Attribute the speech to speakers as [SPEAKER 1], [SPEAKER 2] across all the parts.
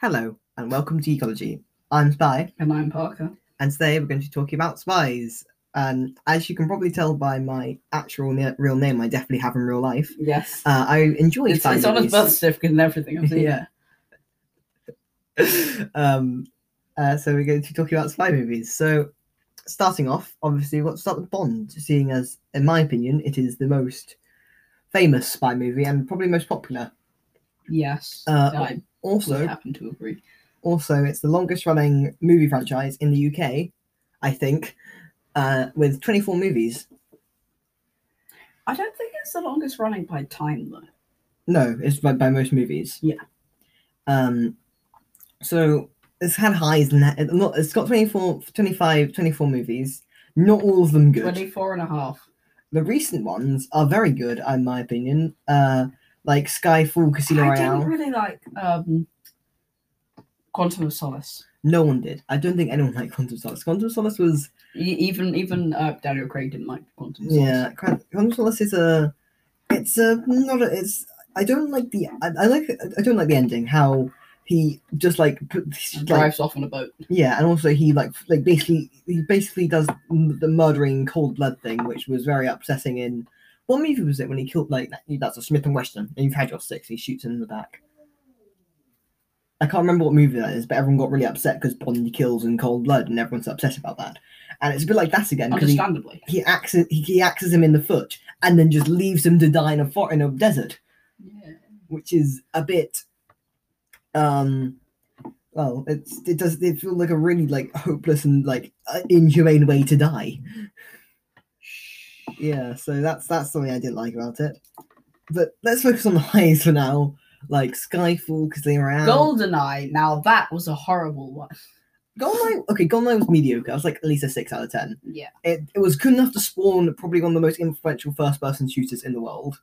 [SPEAKER 1] Hello and welcome to Ecology. I'm Spy,
[SPEAKER 2] And I'm Parker.
[SPEAKER 1] and today we're going to be talking about spies. And as you can probably tell by my actual na- real name, I definitely have in real life.
[SPEAKER 2] Yes.
[SPEAKER 1] Uh, I enjoy
[SPEAKER 2] it's,
[SPEAKER 1] spy
[SPEAKER 2] it's on his
[SPEAKER 1] movies.
[SPEAKER 2] birth certificate and everything. I'm
[SPEAKER 1] yeah. um, uh, so we're going to be talking about spy movies. So starting off, obviously, we'll start with Bond, seeing as, in my opinion, it is the most famous spy movie and probably most popular.
[SPEAKER 2] Yes.
[SPEAKER 1] Uh,
[SPEAKER 2] I
[SPEAKER 1] Also,
[SPEAKER 2] would happen to agree.
[SPEAKER 1] Also, it's the longest running movie franchise in the UK, I think, uh, with 24 movies.
[SPEAKER 2] I don't think it's the longest running by time though.
[SPEAKER 1] No, it's by, by most movies.
[SPEAKER 2] Yeah.
[SPEAKER 1] Um, so it's had highs and it- not, it's got 24, 25, 24 movies. Not all of them good.
[SPEAKER 2] 24 and a half.
[SPEAKER 1] The recent ones are very good, in my opinion. Uh, like Skyfall, Casino
[SPEAKER 2] I
[SPEAKER 1] Royale.
[SPEAKER 2] didn't really like um, Quantum of Solace.
[SPEAKER 1] No one did. I don't think anyone liked Quantum of Solace. Quantum of Solace was
[SPEAKER 2] E- even even uh, Daniel Craig didn't like Quantum of Solace.
[SPEAKER 1] Yeah, Cran- Consolus is a. It's a not a. It's I don't like the. I, I like. I don't like the ending. How he just like put
[SPEAKER 2] And
[SPEAKER 1] like
[SPEAKER 2] drives off on a boat.
[SPEAKER 1] yeah, and also he like like basically he basically does m- the murdering cold blood thing, which was very upsetting. In what movie was it when he killed like that, that's a Smith and Weston, and you've had your six. He shoots him in the back. I can't remember what movie that is, but everyone got really upset because Bond kills in cold blood, and everyone's upset about that. And it's a bit like that again because he
[SPEAKER 2] Understandably.
[SPEAKER 1] he axes he, he axes him in the foot and then just leaves him to die in a for- in a desert,
[SPEAKER 2] Yeah.
[SPEAKER 1] which is a bit um well it's it does it feels like a really like hopeless and like uh, inhumane way to die. Yeah, so that's that's something I didn't like about it. But let's focus on the highs for now, like Skyfall because they were out.
[SPEAKER 2] Goldeneye. Now that was a horrible one.
[SPEAKER 1] Goldeneye, okay, Goldeneye was mediocre. I was like at least a six out of ten.
[SPEAKER 2] Yeah.
[SPEAKER 1] It, it was good enough to spawn probably one of the most influential first person shooters in the world.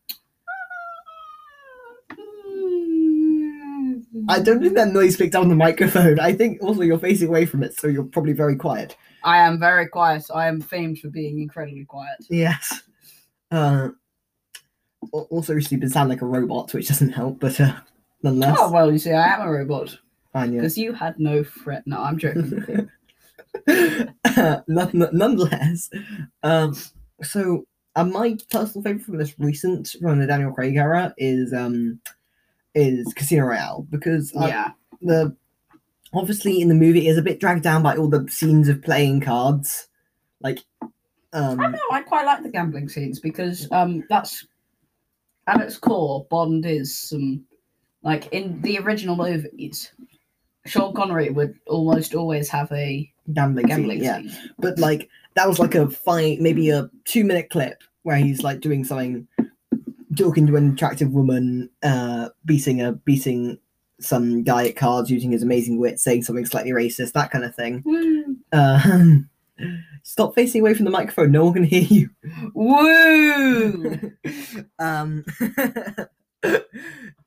[SPEAKER 1] I don't think that noise picked up on the microphone. I think also you're facing away from it, so you're probably very quiet.
[SPEAKER 2] I am very quiet. I am famed for being incredibly quiet.
[SPEAKER 1] Yes. Uh, al- also, recently been sound like a robot, which doesn't help, but uh, nonetheless.
[SPEAKER 2] Oh well, you see, I am a robot
[SPEAKER 1] I knew
[SPEAKER 2] because you had no threat. No, I'm joking.
[SPEAKER 1] it. None- none- nonetheless. Um, so, uh, my personal favorite from this recent, from the Daniel Craig era, is um, is Casino Royale because I,
[SPEAKER 2] yeah,
[SPEAKER 1] the obviously in the movie it is a bit dragged down by all the scenes of playing cards like
[SPEAKER 2] I
[SPEAKER 1] um
[SPEAKER 2] know. I quite like the gambling scenes because um, that's at its core, Bond is some like in the original movies. Sean Connery would almost always have a
[SPEAKER 1] gambling,
[SPEAKER 2] gambling
[SPEAKER 1] scene, yeah
[SPEAKER 2] scene.
[SPEAKER 1] but like that was like a five maybe a two minute clip where he's like doing something talking to an attractive woman uh beating a beating some guy at cards using his amazing wit saying something slightly racist that kind of thing
[SPEAKER 2] Woo!
[SPEAKER 1] uh, stop facing away from the microphone no one can hear you
[SPEAKER 2] Woo!
[SPEAKER 1] um,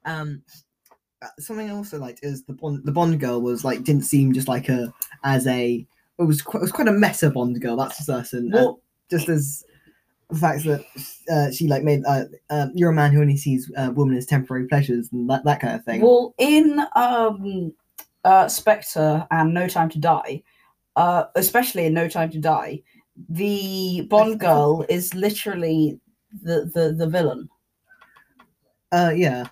[SPEAKER 1] um, uh, something I also liked is the Bond. The Bond girl was like didn't seem just like a as a it was quite, it was quite a meta Bond girl. That's for certain. Uh,
[SPEAKER 2] Well-
[SPEAKER 1] just as the fact that uh, she like made uh, uh, you're a man who only sees uh, women as temporary pleasures and that, that kind of thing.
[SPEAKER 2] Well, in um, uh, Spectre and No Time to Die, uh, especially in No Time to Die, the Bond girl is literally the, the, the villain.
[SPEAKER 1] Uh, yeah.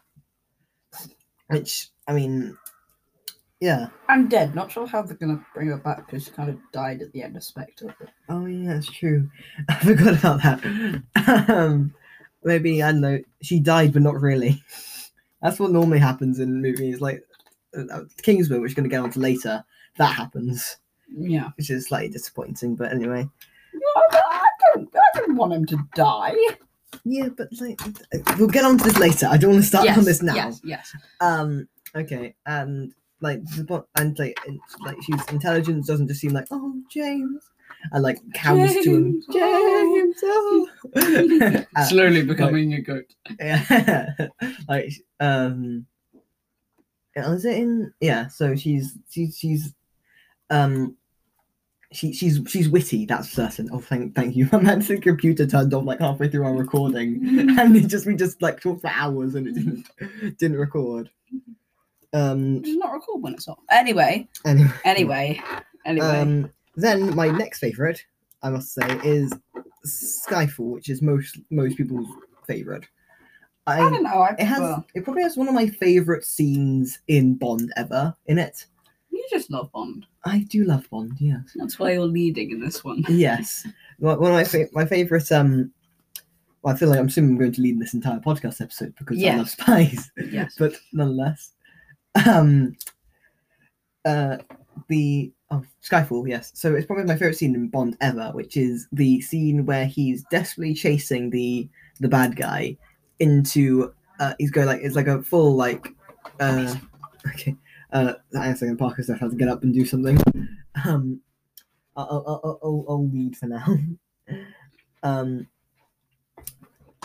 [SPEAKER 1] Which I mean, yeah.
[SPEAKER 2] I'm dead. Not sure how they're gonna bring her back because she kind of died at the end of Spectre. but-
[SPEAKER 1] Oh yeah, that's true. I forgot about that. um, maybe I don't know. She died, but not really. That's what normally happens in movies, like uh, Kingsman, which we're going to get onto later. That happens,
[SPEAKER 2] Yeah,
[SPEAKER 1] which is slightly disappointing. But anyway,
[SPEAKER 2] I, I don't, I don't want him to die.
[SPEAKER 1] yeah. But like, uh, we'll get onto this later. I don't want to start on this now.
[SPEAKER 2] Yes, yes.
[SPEAKER 1] Um. Okay. And like the bo- and like in- like she's intelligence doesn't just seem like oh James and like cows to him
[SPEAKER 2] James, oh."
[SPEAKER 1] James. Oh. Uh,
[SPEAKER 2] Slowly
[SPEAKER 1] becoming
[SPEAKER 2] a goat.
[SPEAKER 1] yeah like sh- um yeah, is it in yeah so she's she's she's um she, she's she's witty that's certain oh thank thank you my man's computer turned off like halfway through our recording and it just we just like talked for hours and it didn't didn't record
[SPEAKER 2] I
[SPEAKER 1] Um,
[SPEAKER 2] do not recall when it's on. Anyway,
[SPEAKER 1] anyway,
[SPEAKER 2] anyway, anyway.
[SPEAKER 1] Um, then my next favorite, I must say, is Skyfall, which is most most people's favorite.
[SPEAKER 2] I don't know. I
[SPEAKER 1] it has
[SPEAKER 2] well,
[SPEAKER 1] it probably has one of my favorite scenes in Bond ever in it.
[SPEAKER 2] you just love Bond.
[SPEAKER 1] I do love Bond. Yes.
[SPEAKER 2] That's why you're leading in this one.
[SPEAKER 1] yes. My- One of my fa- my favorite um. Well, I feel like I'm assuming I'm going to lead this entire podcast episode because I
[SPEAKER 2] Yes.
[SPEAKER 1] love spies.
[SPEAKER 2] Yes.
[SPEAKER 1] but nonetheless, um, uh, the oh Skyfall, yes. So it's probably my favorite scene in Bond ever, which is the scene where he's desperately chasing the the bad guy into. Uh, he's going like it's like a full like. Uh, okay, uh, hang on a second. Parker Seth has to get up and do something. Um, I'll I'll I'll, I'll, I'll lead for now. um,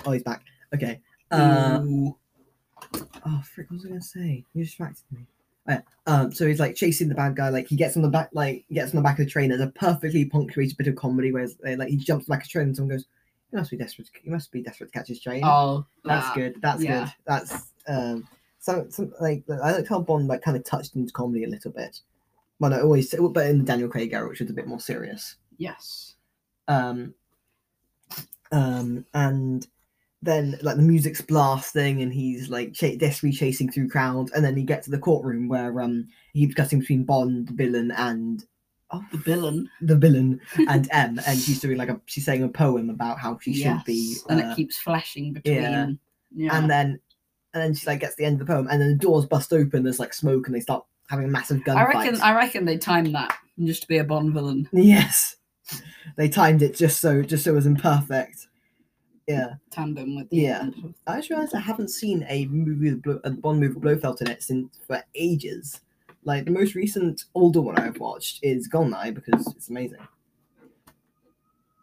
[SPEAKER 1] oh, he's back. Okay. Uh,
[SPEAKER 2] Ooh.
[SPEAKER 1] Oh, frick, what was I gonna say? You distracted me. Oh, yeah. Um, so he's like chasing the bad guy. Like he gets on the back, like he gets on the back of the train. There's a perfectly punctuated bit of comedy where it's, uh, like he jumps back a train and someone goes, "You must be desperate. To, you must be desperate to catch his train."
[SPEAKER 2] oh,
[SPEAKER 1] that's
[SPEAKER 2] that.
[SPEAKER 1] good. That's
[SPEAKER 2] yeah.
[SPEAKER 1] good. That's um, some some like I like how Bond like kind of touched into comedy a little bit. Well, not always, but in the Daniel Craig era, which was a bit more serious
[SPEAKER 2] Yes.
[SPEAKER 1] um, um, and then like the music's blasting and he's like ch- desperately chasing through crowds and then he gets to the courtroom where um he's cutting between bond the villain and oh,
[SPEAKER 2] The villain.
[SPEAKER 1] the villain and m and she's doing like a she's saying a poem about how she should be
[SPEAKER 2] Yes, and
[SPEAKER 1] uh,
[SPEAKER 2] it keeps flashing between.
[SPEAKER 1] yeah.
[SPEAKER 2] Yeah.
[SPEAKER 1] and then and then she like gets to the end of the poem and then the doors bust open there's like smoke and they start having a massive gunfight
[SPEAKER 2] I reckon. I reckon they timed that just to be a Bond villain.
[SPEAKER 1] yes they timed it just so just so it was imperfect yeah
[SPEAKER 2] tandem with the
[SPEAKER 1] Yeah. I just realised I haven't seen a movie with Blo- a Bond movie with Blofeld in it since for ages. Like the most recent older one I've watched is Goldeneye because it's amazing.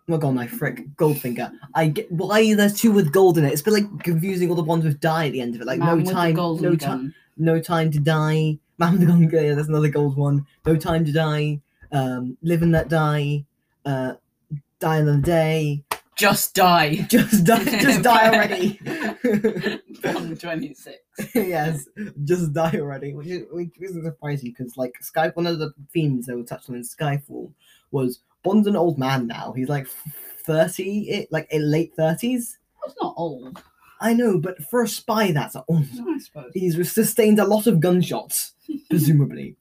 [SPEAKER 1] Not Goldeneye, frick, Goldfinger. I get why there's two with gold in it. It's been like confusing all the ones with die at the end of it. Like
[SPEAKER 2] Man with
[SPEAKER 1] no
[SPEAKER 2] the
[SPEAKER 1] time,
[SPEAKER 2] golden
[SPEAKER 1] no time,
[SPEAKER 2] gun.
[SPEAKER 1] no time to die. Man with the Golden Gun. Yeah, that's another gold one. No time to die. Um, live and let die. Uh, die another day.
[SPEAKER 2] Just die.
[SPEAKER 1] Just die. Just die already.
[SPEAKER 2] Bond twenty six.
[SPEAKER 1] yes, just die already, which, is, which isn't surprising because like Sky, one of the themes they were touched on in Skyfall was Bond's an old man now. He's like thirty, it like in late thirties.
[SPEAKER 2] It's not old.
[SPEAKER 1] I know, but for a spy, that's old.
[SPEAKER 2] I suppose.
[SPEAKER 1] He's sustained a lot of gunshots, presumably.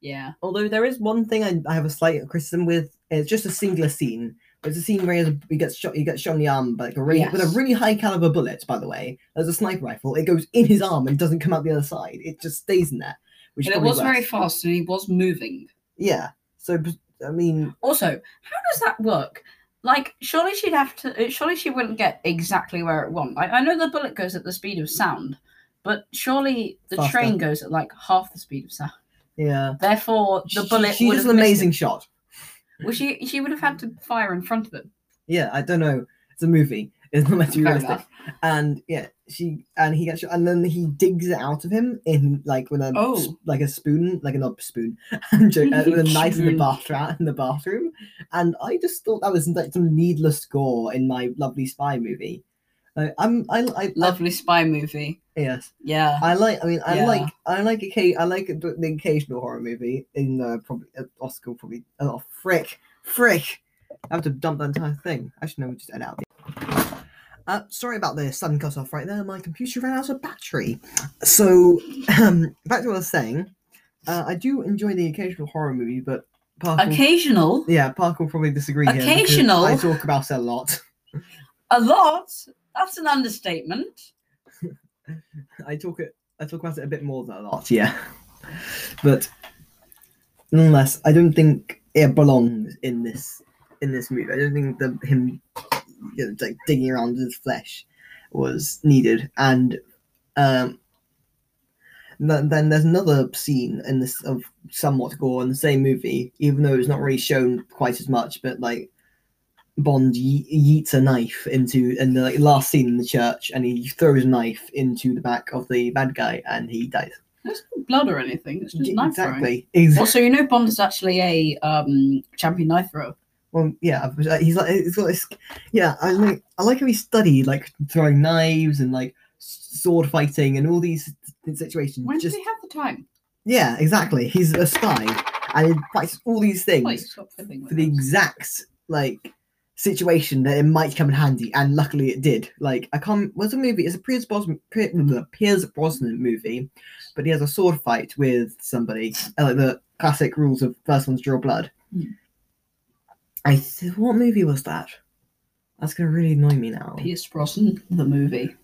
[SPEAKER 2] Yeah.
[SPEAKER 1] Although there is one thing I, I have a slight criticism with. It's just a singular scene. It's a scene where he has- he gets shot. He gets shot in the arm, but like a really, with a
[SPEAKER 2] Yes.
[SPEAKER 1] really high caliber bullet. By the way, as a sniper rifle, it goes in his arm and doesn't come out the other side. It just stays in there. Which
[SPEAKER 2] But
[SPEAKER 1] is
[SPEAKER 2] it
[SPEAKER 1] probably
[SPEAKER 2] was very
[SPEAKER 1] worse.
[SPEAKER 2] fast and he was moving.
[SPEAKER 1] yeah. So I mean,
[SPEAKER 2] Also, how does that work? Like, surely she'd have to. uh, Surely she wouldn't get exactly where it went. Like, I know the bullet goes at the speed of sound, but surely the
[SPEAKER 1] Faster.
[SPEAKER 2] train goes at like half the speed of sound.
[SPEAKER 1] yeah.
[SPEAKER 2] Therefore,
[SPEAKER 1] She-
[SPEAKER 2] the bullet.
[SPEAKER 1] She,
[SPEAKER 2] would
[SPEAKER 1] does
[SPEAKER 2] have
[SPEAKER 1] an
[SPEAKER 2] missed
[SPEAKER 1] amazing
[SPEAKER 2] him.
[SPEAKER 1] shot.
[SPEAKER 2] Well, she she would have had to fire in front of him.
[SPEAKER 1] Yeah. I don't know. It's a movie. It's not meant to be
[SPEAKER 2] Fair
[SPEAKER 1] realistic.
[SPEAKER 2] enough.
[SPEAKER 1] And yeah, she and he gets shot, and then he digs it out of him in like with a s-
[SPEAKER 2] Oh.
[SPEAKER 1] like a spoon, like an ob spoon, and jo- uh, with a knife in the
[SPEAKER 2] Spoon.
[SPEAKER 1] bathroom. In the bathroom, and I just thought that was like some needless gore in my lovely spy movie. Like, I'm I I love
[SPEAKER 2] Lovely spy movie.
[SPEAKER 1] yes.
[SPEAKER 2] Yeah.
[SPEAKER 1] I like. I mean, I
[SPEAKER 2] Yeah.
[SPEAKER 1] like. I like a ca- I like the the occasional horror movie. In uh, probably uh, Oscar will probably. Oh frick, frick! I have to dump that entire thing. Actually, no, we just edit out. Uh, sorry about the sudden cut off right there. My computer ran out of battery. So um, back to what I was saying. Uh, I do enjoy the occasional horror movie, but Parker.
[SPEAKER 2] Occasional.
[SPEAKER 1] Yeah, Parker will probably disagree. here because
[SPEAKER 2] Occasional?
[SPEAKER 1] I talk about it a lot.
[SPEAKER 2] A lot. That's an understatement.
[SPEAKER 1] I talk it. I talk about it a bit more than a lot. Yeah, but nonetheless, I don't think it belongs in this in this movie. I don't think the him you know, like digging around his flesh was needed. And um, th- then there's another scene in this of somewhat gore in the same movie, even though it's not really shown quite as much. But like Bond ye- yeets a knife into, in the like, last scene in the church, and he throws a knife into the back of the bad guy, and he dies.
[SPEAKER 2] There's no blood or anything. It's just
[SPEAKER 1] Ye-
[SPEAKER 2] knife throwing.
[SPEAKER 1] exactly. Exactly.
[SPEAKER 2] Also, you know, Bond is actually a um, champion knife thrower.
[SPEAKER 1] Well, yeah, I- he's like he's got this. Yeah, I like I like how he studied like throwing knives and like s- sword fighting and all these the situation.
[SPEAKER 3] When
[SPEAKER 1] just
[SPEAKER 3] does he have the time?
[SPEAKER 1] yeah, exactly. He's a spy, and he practices all these things
[SPEAKER 3] Please stop fiddling with
[SPEAKER 1] for the
[SPEAKER 3] us.
[SPEAKER 1] exact like situation that it might come in handy, and luckily it did. Like I can't. What's a movie? It's a Piers Brosnan, Pier- the Piers Brosnan movie, but he has a sword fight with somebody. uh, Like the classic rules of first one's draw blood.
[SPEAKER 3] Hmm.
[SPEAKER 1] I th- what movie was that? That's gonna really annoy me now.
[SPEAKER 3] Pierce Brosnan, the movie.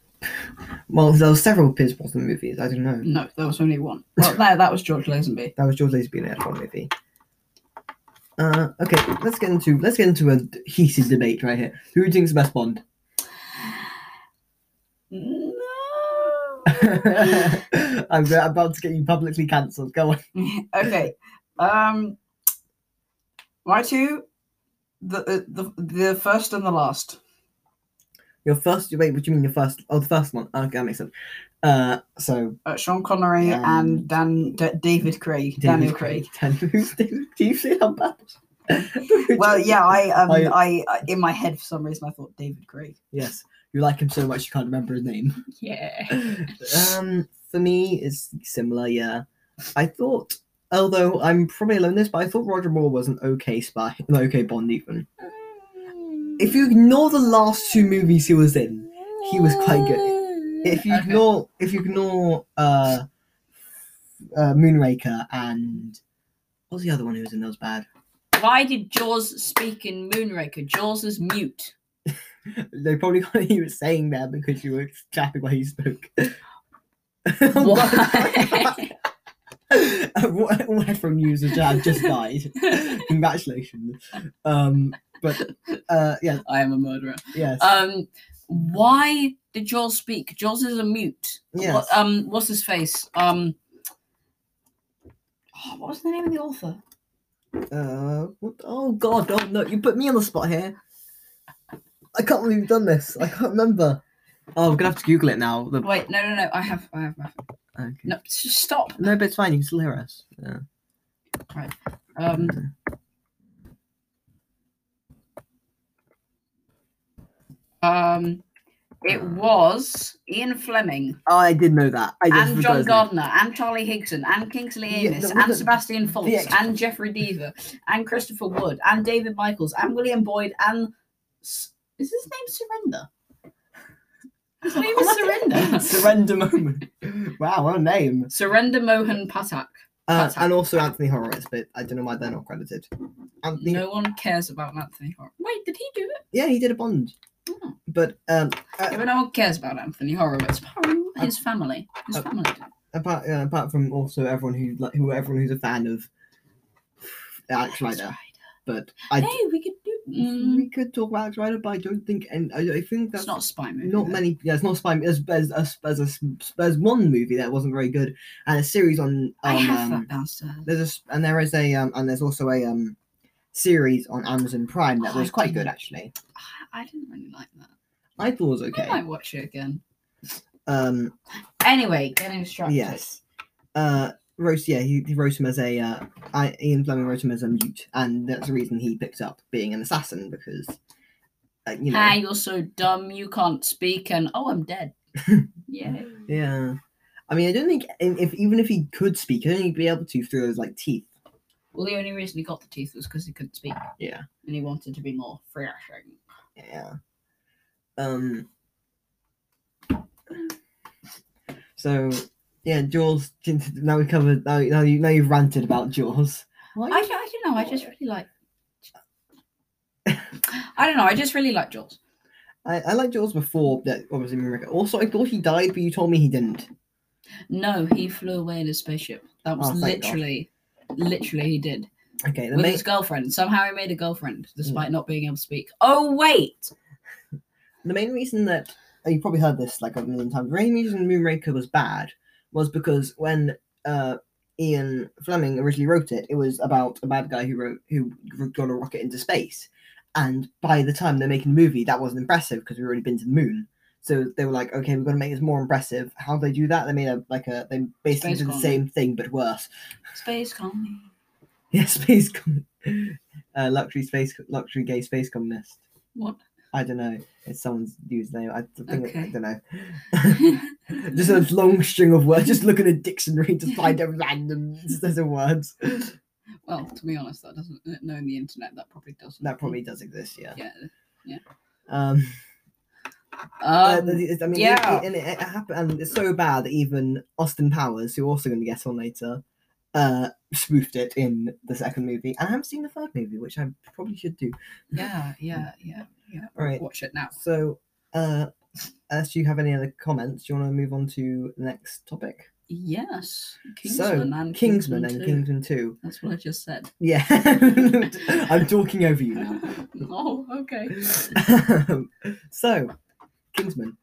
[SPEAKER 1] Well, there were several Piers Brosnan movies. I don't
[SPEAKER 2] Hmm.
[SPEAKER 1] know.
[SPEAKER 3] No, there was only one. Well, no, that was George Lazenby.
[SPEAKER 1] That was George Lazenby in the F1 movie. Uh, okay, let's get into let's get into a d- heated debate right here. Who do you think's the best Bond?
[SPEAKER 3] No.
[SPEAKER 1] I'm go- about to get you publicly cancelled. Go on.
[SPEAKER 3] okay. Um, my two, the, uh, the the first and the last.
[SPEAKER 1] Your first wait, what do you mean your first? Oh, the first one. Okay, that makes sense. Uh, so
[SPEAKER 3] Uh, Sean Connery
[SPEAKER 1] Um,
[SPEAKER 3] and Dan D- David Craig, Daniel Craig.
[SPEAKER 1] Daniel, who's David? Do you say how bad?
[SPEAKER 3] Well, yeah, I um,
[SPEAKER 1] I-
[SPEAKER 3] I, I in my head for some reason I thought David Craig.
[SPEAKER 1] Yes, you like him so much you can't remember his name.
[SPEAKER 3] Yeah.
[SPEAKER 1] um, for me, it's similar. Yeah, I thought, although I'm probably alone in this, but I thought Roger Moore was an okay spy, an okay Bond even. If you ignore the last two movies he was in, he was quite
[SPEAKER 3] good.
[SPEAKER 1] if you ignore, if you ignore, uh, uh, Moonraker and what was the other one who was in that was bad?
[SPEAKER 2] Why did Jaws speak in Moonraker? Jaws is mute.
[SPEAKER 1] They probably got he was saying that because you were chapping while he spoke.
[SPEAKER 2] Why?
[SPEAKER 1] what, what from user Jab just died. Congratulations. Um, but uh, yeah,
[SPEAKER 3] I am a murderer.
[SPEAKER 1] yes.
[SPEAKER 2] um, why did Jaws speak? Jaws is a mute.
[SPEAKER 1] Yes.
[SPEAKER 2] What, um, what's his face? Um, oh, what was the name of the author?
[SPEAKER 1] uh, what, oh God! Oh no! You put me on the spot here. I can't believe you've done this. I can't remember. Oh, I'm gonna have to Google it now. The,
[SPEAKER 2] Wait, no, no, no. I have, I have. My...
[SPEAKER 1] okay.
[SPEAKER 2] No, just stop.
[SPEAKER 1] No, but it's fine. You can still hear us. Yeah.
[SPEAKER 2] Um, um, it was Ian Fleming.
[SPEAKER 1] Oh, I did know that. I just
[SPEAKER 2] and John
[SPEAKER 1] realised now.
[SPEAKER 2] Gardner, and Charlie Higson, and Kingsley
[SPEAKER 1] Yeah,
[SPEAKER 2] Amis,
[SPEAKER 1] the- the-
[SPEAKER 2] and Sebastian Fultz,
[SPEAKER 1] extra-
[SPEAKER 2] and Jeffrey Deaver, and Christopher Wood, and David Michaels, and William Boyd, and S- is his name Surrender? His name is Surrender.
[SPEAKER 1] Surrender moment. Wow, what a name.
[SPEAKER 2] Surrender Mohan Patak.
[SPEAKER 1] Uh,
[SPEAKER 2] That's
[SPEAKER 1] and also Anthony Horowitz, but I don't know why they're not credited. Anthony,
[SPEAKER 2] No one cares about Anthony Horowitz. Wait, did he do it?
[SPEAKER 1] yeah, he did a Bond,
[SPEAKER 2] Oh.
[SPEAKER 1] but um,
[SPEAKER 2] Yeah, but no one cares about Anthony Horowitz. Apart- His family. His
[SPEAKER 1] Uh,
[SPEAKER 2] family. did.
[SPEAKER 1] apart uh, apart from also everyone who like who everyone who's a fan of Alex Rider, but I
[SPEAKER 2] Hey, we could do. Mm,
[SPEAKER 1] we could talk about Alex Rider, but I don't think and I, I think that's
[SPEAKER 2] it's not a spy movie.
[SPEAKER 1] not
[SPEAKER 2] though.
[SPEAKER 1] many. Yeah, it's not a spy. There's there's, a, there's, a, there's one movie that wasn't very good, and a series on. on
[SPEAKER 2] I have
[SPEAKER 1] um,
[SPEAKER 2] that downstairs.
[SPEAKER 1] there's a s- and there is a um, and there's also a um series on Amazon Prime that
[SPEAKER 2] Oh, I
[SPEAKER 1] was quite good
[SPEAKER 2] didn't-
[SPEAKER 1] actually.
[SPEAKER 2] I, I didn't really like that.
[SPEAKER 1] I thought it was
[SPEAKER 2] I
[SPEAKER 1] okay.
[SPEAKER 2] might watch it again.
[SPEAKER 1] Um,
[SPEAKER 2] Anyway, getting distracted.
[SPEAKER 1] yes. Uh, Rose, yeah, he, he wrote him as a uh, I, Ian Fleming wrote him as a mute, and that's the reason he picked up being an assassin because uh, you know,
[SPEAKER 2] Ah, you're so dumb. You can't speak, and oh, I'm dead. yeah.
[SPEAKER 1] yeah. I mean, I don't think and if even if he could speak, I don't think he'd be able to through his like teeth.
[SPEAKER 2] Well, the only reason he got the teeth was because he couldn't speak,
[SPEAKER 1] Yeah,
[SPEAKER 2] and he wanted to be more refreshing.
[SPEAKER 1] yeah. Um. So yeah, Jaws. Now we covered. Now, now you now you've ranted about Jaws.
[SPEAKER 2] I, don't- I don't know. I
[SPEAKER 1] Oh.
[SPEAKER 2] just really like. I don't know. I just really like Jaws.
[SPEAKER 1] I, I liked Jaws before that obviously America. Also, I thought he died, but you told me he didn't.
[SPEAKER 2] No, he flew away in a spaceship. That was
[SPEAKER 1] Oh, thank God.
[SPEAKER 2] literally, literally, he did
[SPEAKER 1] Okay, the
[SPEAKER 2] with
[SPEAKER 1] main Mm.
[SPEAKER 2] his girlfriend. Somehow he made a girlfriend despite not being able to speak. Oh wait,
[SPEAKER 1] the main reason that and you probably heard this like a million times. The main reason Moonraker was bad was because when uh, Ian Fleming originally wrote it, it was about a bad guy who wrote who got a rocket into space. And by the time they're making the movie, that wasn't impressive because we've already been to the moon. So they were like, okay, we're going to make this more impressive. How they do that? They made a like a they basically
[SPEAKER 2] Space
[SPEAKER 1] did the
[SPEAKER 2] colony.
[SPEAKER 1] same thing but worse.
[SPEAKER 2] space comedy.
[SPEAKER 1] Yeah, space com- uh, luxury space luxury gay space communist.
[SPEAKER 2] What?
[SPEAKER 1] I don't know. It's someone's username. I think I
[SPEAKER 2] Okay.
[SPEAKER 1] don't know. just a long string of words. Just look in a dictionary to find a random set of words.
[SPEAKER 2] well, to be honest, that doesn't uh, knowing the internet that probably doesn't.
[SPEAKER 1] That probably does exist. Yeah.
[SPEAKER 2] yeah.
[SPEAKER 1] Um. Uh,
[SPEAKER 2] Um,
[SPEAKER 1] th- th- I mean,
[SPEAKER 4] yeah.
[SPEAKER 1] it, it- and it, it happened, and it's so bad that even Austin Powers, who we're also going to get on later, uh, spoofed it in the second movie. And I haven't seen the third movie, which I probably should do.
[SPEAKER 2] yeah, yeah, yeah.
[SPEAKER 1] All right.
[SPEAKER 2] Watch it now.
[SPEAKER 1] So, uh, unless you have any other comments, do you want to move on to the next topic?
[SPEAKER 2] Yes,
[SPEAKER 1] so, Kingsman, and
[SPEAKER 2] 2.
[SPEAKER 1] Kingsman Two.
[SPEAKER 2] That's what I just said.
[SPEAKER 1] Yeah, I'm talking over you now.
[SPEAKER 2] oh, okay.
[SPEAKER 1] so, Kingsman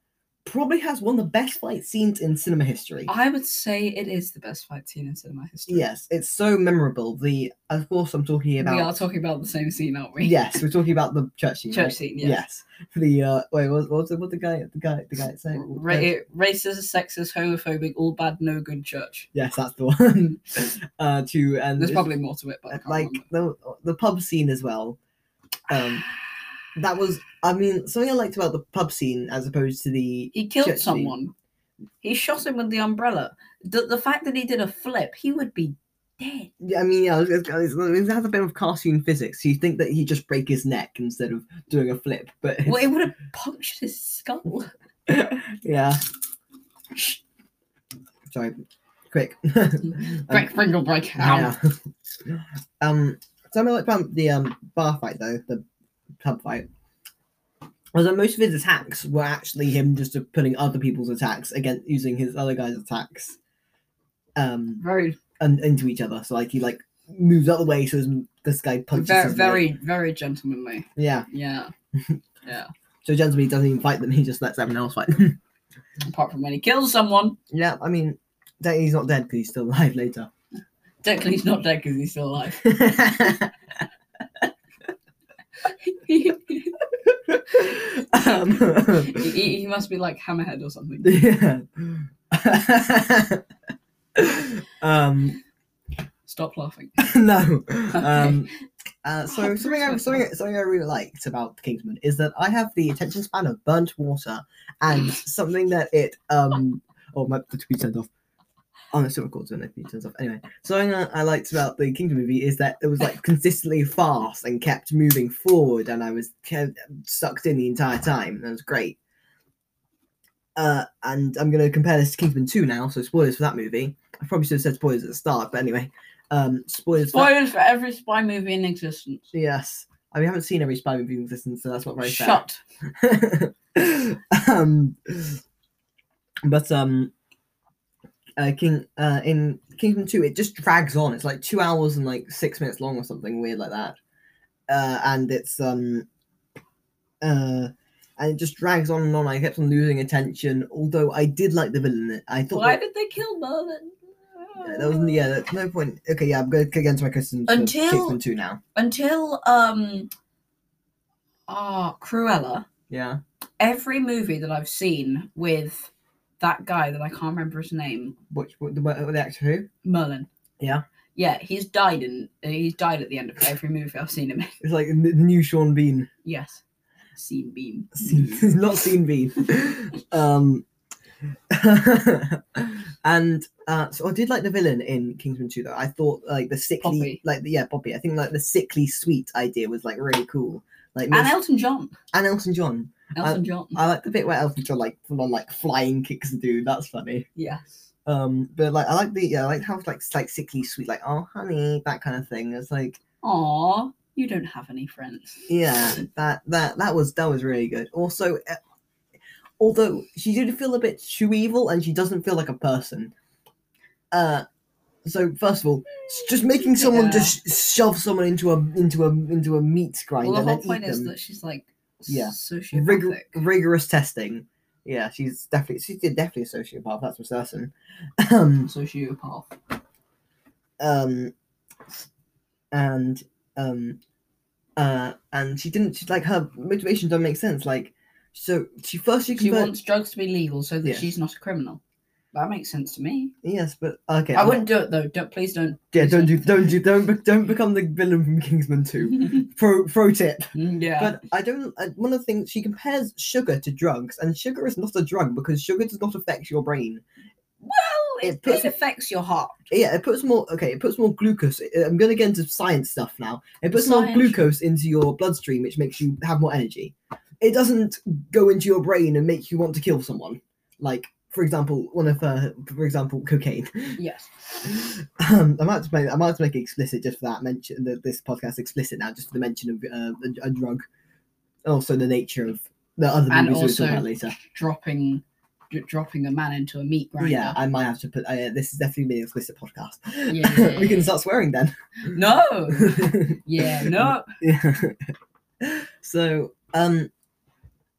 [SPEAKER 1] probably has one of the best fight scenes in cinema history.
[SPEAKER 2] I would say it is the best fight scene in cinema history.
[SPEAKER 1] Yes, it's so memorable. The of course I'm talking about.
[SPEAKER 2] we are talking about the same scene, aren't we?
[SPEAKER 1] Yes, we're talking about the church scene.
[SPEAKER 2] Church
[SPEAKER 1] right?
[SPEAKER 2] scene, yes.
[SPEAKER 1] The uh, wait, what, what was it? What the guy? The guy? The guy saying?
[SPEAKER 2] Ra- racist, sexist, homophobic, all bad, no good church.
[SPEAKER 1] Yes, that's the one. uh, to and
[SPEAKER 2] There's
[SPEAKER 1] it's-
[SPEAKER 2] probably more to it, but I
[SPEAKER 1] uh,
[SPEAKER 2] can't
[SPEAKER 1] like
[SPEAKER 2] remember.
[SPEAKER 1] the the pub scene as well. Um, that was. I mean, something I liked about the pub scene as opposed to the
[SPEAKER 2] He killed
[SPEAKER 1] Church scene.
[SPEAKER 2] someone. He shot him with the umbrella. The, the fact that he did a flip, he would be dead.
[SPEAKER 1] Yeah, I mean, yeah, it's, it's, it's- it has a bit of cartoon physics. You think that he just break his neck instead of doing a flip, but
[SPEAKER 2] Well, it would have punctured his skull.
[SPEAKER 1] yeah. Sorry, quick.
[SPEAKER 2] Break, Pringle, break.
[SPEAKER 1] Yeah. um, something like about the um bar fight though, the pub fight. Was that most of his attacks were actually him just putting other people's attacks against using his other guy's attacks. Um,
[SPEAKER 2] Very,
[SPEAKER 1] and into each other. So like he like moves out of the way, so his, this guy punches.
[SPEAKER 2] very,
[SPEAKER 1] his mate.
[SPEAKER 2] very, very gentlemanly.
[SPEAKER 1] yeah.
[SPEAKER 2] Yeah. Yeah.
[SPEAKER 1] So gentlemen, he doesn't even fight them. He just lets everyone else fight them.
[SPEAKER 2] Apart from when he kills someone.
[SPEAKER 1] yeah, I mean, that- he's not dead because he's still alive later.
[SPEAKER 2] Technically, he's not dead because he's still alive. he,
[SPEAKER 1] um,
[SPEAKER 2] he, he must be like Hammerhead or something.
[SPEAKER 1] yeah. um,
[SPEAKER 2] Stop laughing.
[SPEAKER 1] no. Um, uh, so something I, something, something I really liked about Kingsman is that I have the attention span of burnt water, and something that it um oh my the tweet turned off. Oh, no, it still records when the tweet turns off. Anyway, something I, I liked about the Kingdom movie is that it was like consistently fast and kept moving forward, and I was kept sucked in the entire time. That was great. Uh, and I'm going to compare this to Kingsman 2 now, so spoilers for that movie. I probably should have said spoilers at the start, but anyway, um, spoilers. for that-
[SPEAKER 2] Spoilers for every spy movie in existence.
[SPEAKER 1] Yes. I mean, I haven't seen every Spy movie in existence, so that's not very
[SPEAKER 2] Shut.
[SPEAKER 1] fair. um, but um, uh, King uh, in Kingdom Two, it just drags on. It's like two hours and like six minutes long or something weird like that. Uh, and it's um, uh, and it just drags on and on. I kept on losing attention. Although I did like the villain. I thought.
[SPEAKER 2] Why
[SPEAKER 1] that-
[SPEAKER 2] did they kill Merlin?
[SPEAKER 1] yeah, that was yeah. That's no point. Okay, yeah. I'm going to get into my criticism
[SPEAKER 2] Until-
[SPEAKER 1] Kingsman Two now.
[SPEAKER 2] until um ah Cruella.
[SPEAKER 1] Yeah.
[SPEAKER 2] Every movie that I've seen with that guy that I can't remember his name,
[SPEAKER 1] Which what, the, what, the actor who?
[SPEAKER 2] Merlin.
[SPEAKER 1] Yeah.
[SPEAKER 2] Yeah, he's died in uh, he's died at the end of every movie I've seen him in.
[SPEAKER 1] It's like the the new Sean Bean.
[SPEAKER 2] Yes. Scene beam.
[SPEAKER 1] Seen- Not seen Bean. um, and uh, so I did like the villain in Kingsman 2 though. I thought like the sickly,
[SPEAKER 2] Poppy.
[SPEAKER 1] like the, yeah, Poppy. I think like the sickly sweet idea was like really cool. Like
[SPEAKER 2] And
[SPEAKER 1] most-
[SPEAKER 2] Elton John.
[SPEAKER 1] and Elton John.
[SPEAKER 2] Elton John.
[SPEAKER 1] I like the bit where Elton John like full on like flying kicks the dude. That's funny.
[SPEAKER 2] yes.
[SPEAKER 1] Um, but like I like the yeah, I like how it's like like sickly sweet, like oh honey, that kind of thing. It's like
[SPEAKER 2] Aw, you don't have any friends.
[SPEAKER 1] yeah that that that was that was really good also uh, although she did feel a bit too evil and she doesn't feel like a person uh so first of all s- just making someone just shove someone into a into a into a meat grinder
[SPEAKER 2] Well
[SPEAKER 1] and
[SPEAKER 2] the whole
[SPEAKER 1] then
[SPEAKER 2] point
[SPEAKER 1] eat
[SPEAKER 2] is
[SPEAKER 1] them
[SPEAKER 2] that she's like
[SPEAKER 1] Yeah.
[SPEAKER 2] sociopathic.
[SPEAKER 1] Rigor- rigorous testing yeah she's definitely she's definitely a sociopath that's for certain um
[SPEAKER 2] sociopath.
[SPEAKER 1] um and um uh and she didn't she, like her motivation doesn't make sense like so she first she,
[SPEAKER 2] She
[SPEAKER 1] confirmed-
[SPEAKER 2] wants drugs to be legal so that
[SPEAKER 1] Yes.
[SPEAKER 2] she's not a criminal. That makes sense to me.
[SPEAKER 1] Yes, but okay.
[SPEAKER 5] I wouldn't do it though. Don't please don't.
[SPEAKER 1] Yeah, don't do, don't do, don't, be- don't become the villain from Kingsman Two. Pro, pro tip.
[SPEAKER 2] Yeah.
[SPEAKER 1] But I don't. I, one of the things she compares sugar to drugs, and sugar is not a drug because sugar does not affect your brain.
[SPEAKER 5] well, it, it affects your heart.
[SPEAKER 1] Yeah, it puts more. Okay, it puts more glucose. I- I'm going to get into science stuff now. It puts more
[SPEAKER 5] Science.
[SPEAKER 1] glucose into your bloodstream, which makes you have more energy. It doesn't go into your brain and make you want to kill someone. Like, for example, one of uh, for example, cocaine.
[SPEAKER 5] Yes.
[SPEAKER 1] Um, I'm about to make I'm about to make it explicit just for that mention. The, this podcast explicit now, just for the mention of uh, a, a drug, also the nature of the other
[SPEAKER 2] And
[SPEAKER 1] movies we'll
[SPEAKER 2] also-
[SPEAKER 1] talk about later.
[SPEAKER 2] dropping d- dropping a man into a meat grinder.
[SPEAKER 1] Yeah, I might have to put. Uh, this is definitely been an explicit podcast.
[SPEAKER 2] Yeah, yeah, yeah,
[SPEAKER 1] we can
[SPEAKER 2] yeah.
[SPEAKER 1] start swearing then.
[SPEAKER 2] No. Yeah. No.
[SPEAKER 1] Yeah. so um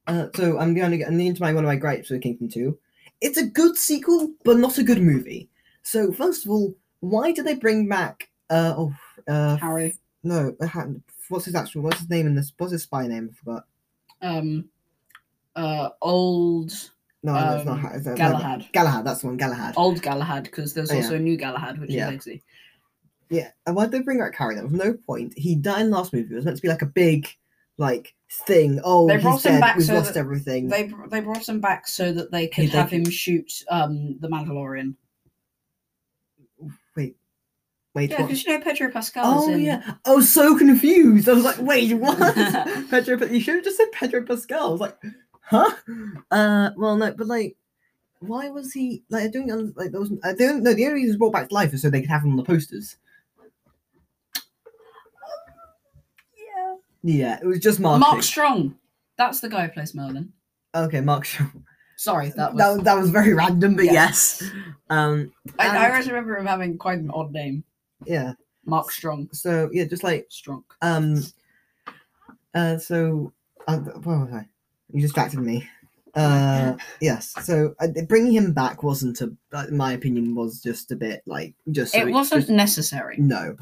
[SPEAKER 1] uh, so I'm going to get into my one of my gripes with Kingdom 2. It's a good sequel, but not a good movie. So first of all, why did they bring back uh oh uh
[SPEAKER 2] Harry.
[SPEAKER 1] no uh, ha- what's his actual what's his name in this what's his spy name? I forgot.
[SPEAKER 2] Um. Uh. Old.
[SPEAKER 1] No, no, it's not
[SPEAKER 2] Um,
[SPEAKER 1] Ha- it's not
[SPEAKER 2] Galahad. Oh.
[SPEAKER 1] Galahad, that's the one, Galahad.
[SPEAKER 2] Old Galahad, because there's
[SPEAKER 1] Oh, yeah.
[SPEAKER 2] also a new Galahad, which
[SPEAKER 1] Yeah.
[SPEAKER 2] is Eggsy.
[SPEAKER 1] Yeah, and why'd they bring back Harry? That was no point. He died in the last movie. It was meant to be like a big like thing. Oh,
[SPEAKER 2] They brought
[SPEAKER 1] he's
[SPEAKER 2] him
[SPEAKER 1] dead.
[SPEAKER 2] back
[SPEAKER 1] We've
[SPEAKER 2] so
[SPEAKER 1] lost
[SPEAKER 2] that
[SPEAKER 1] everything.
[SPEAKER 2] They br- they brought him back so that they
[SPEAKER 1] Hey,
[SPEAKER 2] could
[SPEAKER 1] Mm. they
[SPEAKER 2] have
[SPEAKER 1] could-
[SPEAKER 2] him shoot um the Mandalorian.
[SPEAKER 1] Wait,
[SPEAKER 2] Yeah,
[SPEAKER 1] what?
[SPEAKER 2] because you know Pedro Pascal.
[SPEAKER 1] Oh
[SPEAKER 2] is in...
[SPEAKER 1] yeah, I was so confused. I was like, wait, what? Pedro, Pa- you should have just said Pedro Pascal. I was like, huh? Uh, well, no, but like, why was he like? I don't un- like. There was I don't no. The only reason he was brought back to life is so they could have him on the posters.
[SPEAKER 5] Yeah.
[SPEAKER 1] Yeah, it was just marketing.
[SPEAKER 2] Mark Strong. That's the guy who plays Merlin.
[SPEAKER 1] okay, Mark. Strong.
[SPEAKER 2] Sorry, that
[SPEAKER 1] That
[SPEAKER 2] was.
[SPEAKER 1] that was, very random, but
[SPEAKER 2] Yeah.
[SPEAKER 1] yes. Um,
[SPEAKER 2] I, I
[SPEAKER 1] and-
[SPEAKER 2] always remember him having quite an odd name.
[SPEAKER 1] yeah.
[SPEAKER 2] Mark Strong.
[SPEAKER 1] So yeah, just like
[SPEAKER 2] Strong.
[SPEAKER 1] um, uh, so uh, where was I? You distracted me. Uh, yes. So uh, bringing him back wasn't a, uh, in my opinion, was just a bit like just. so
[SPEAKER 2] it wasn't
[SPEAKER 1] just-
[SPEAKER 2] necessary.
[SPEAKER 1] no.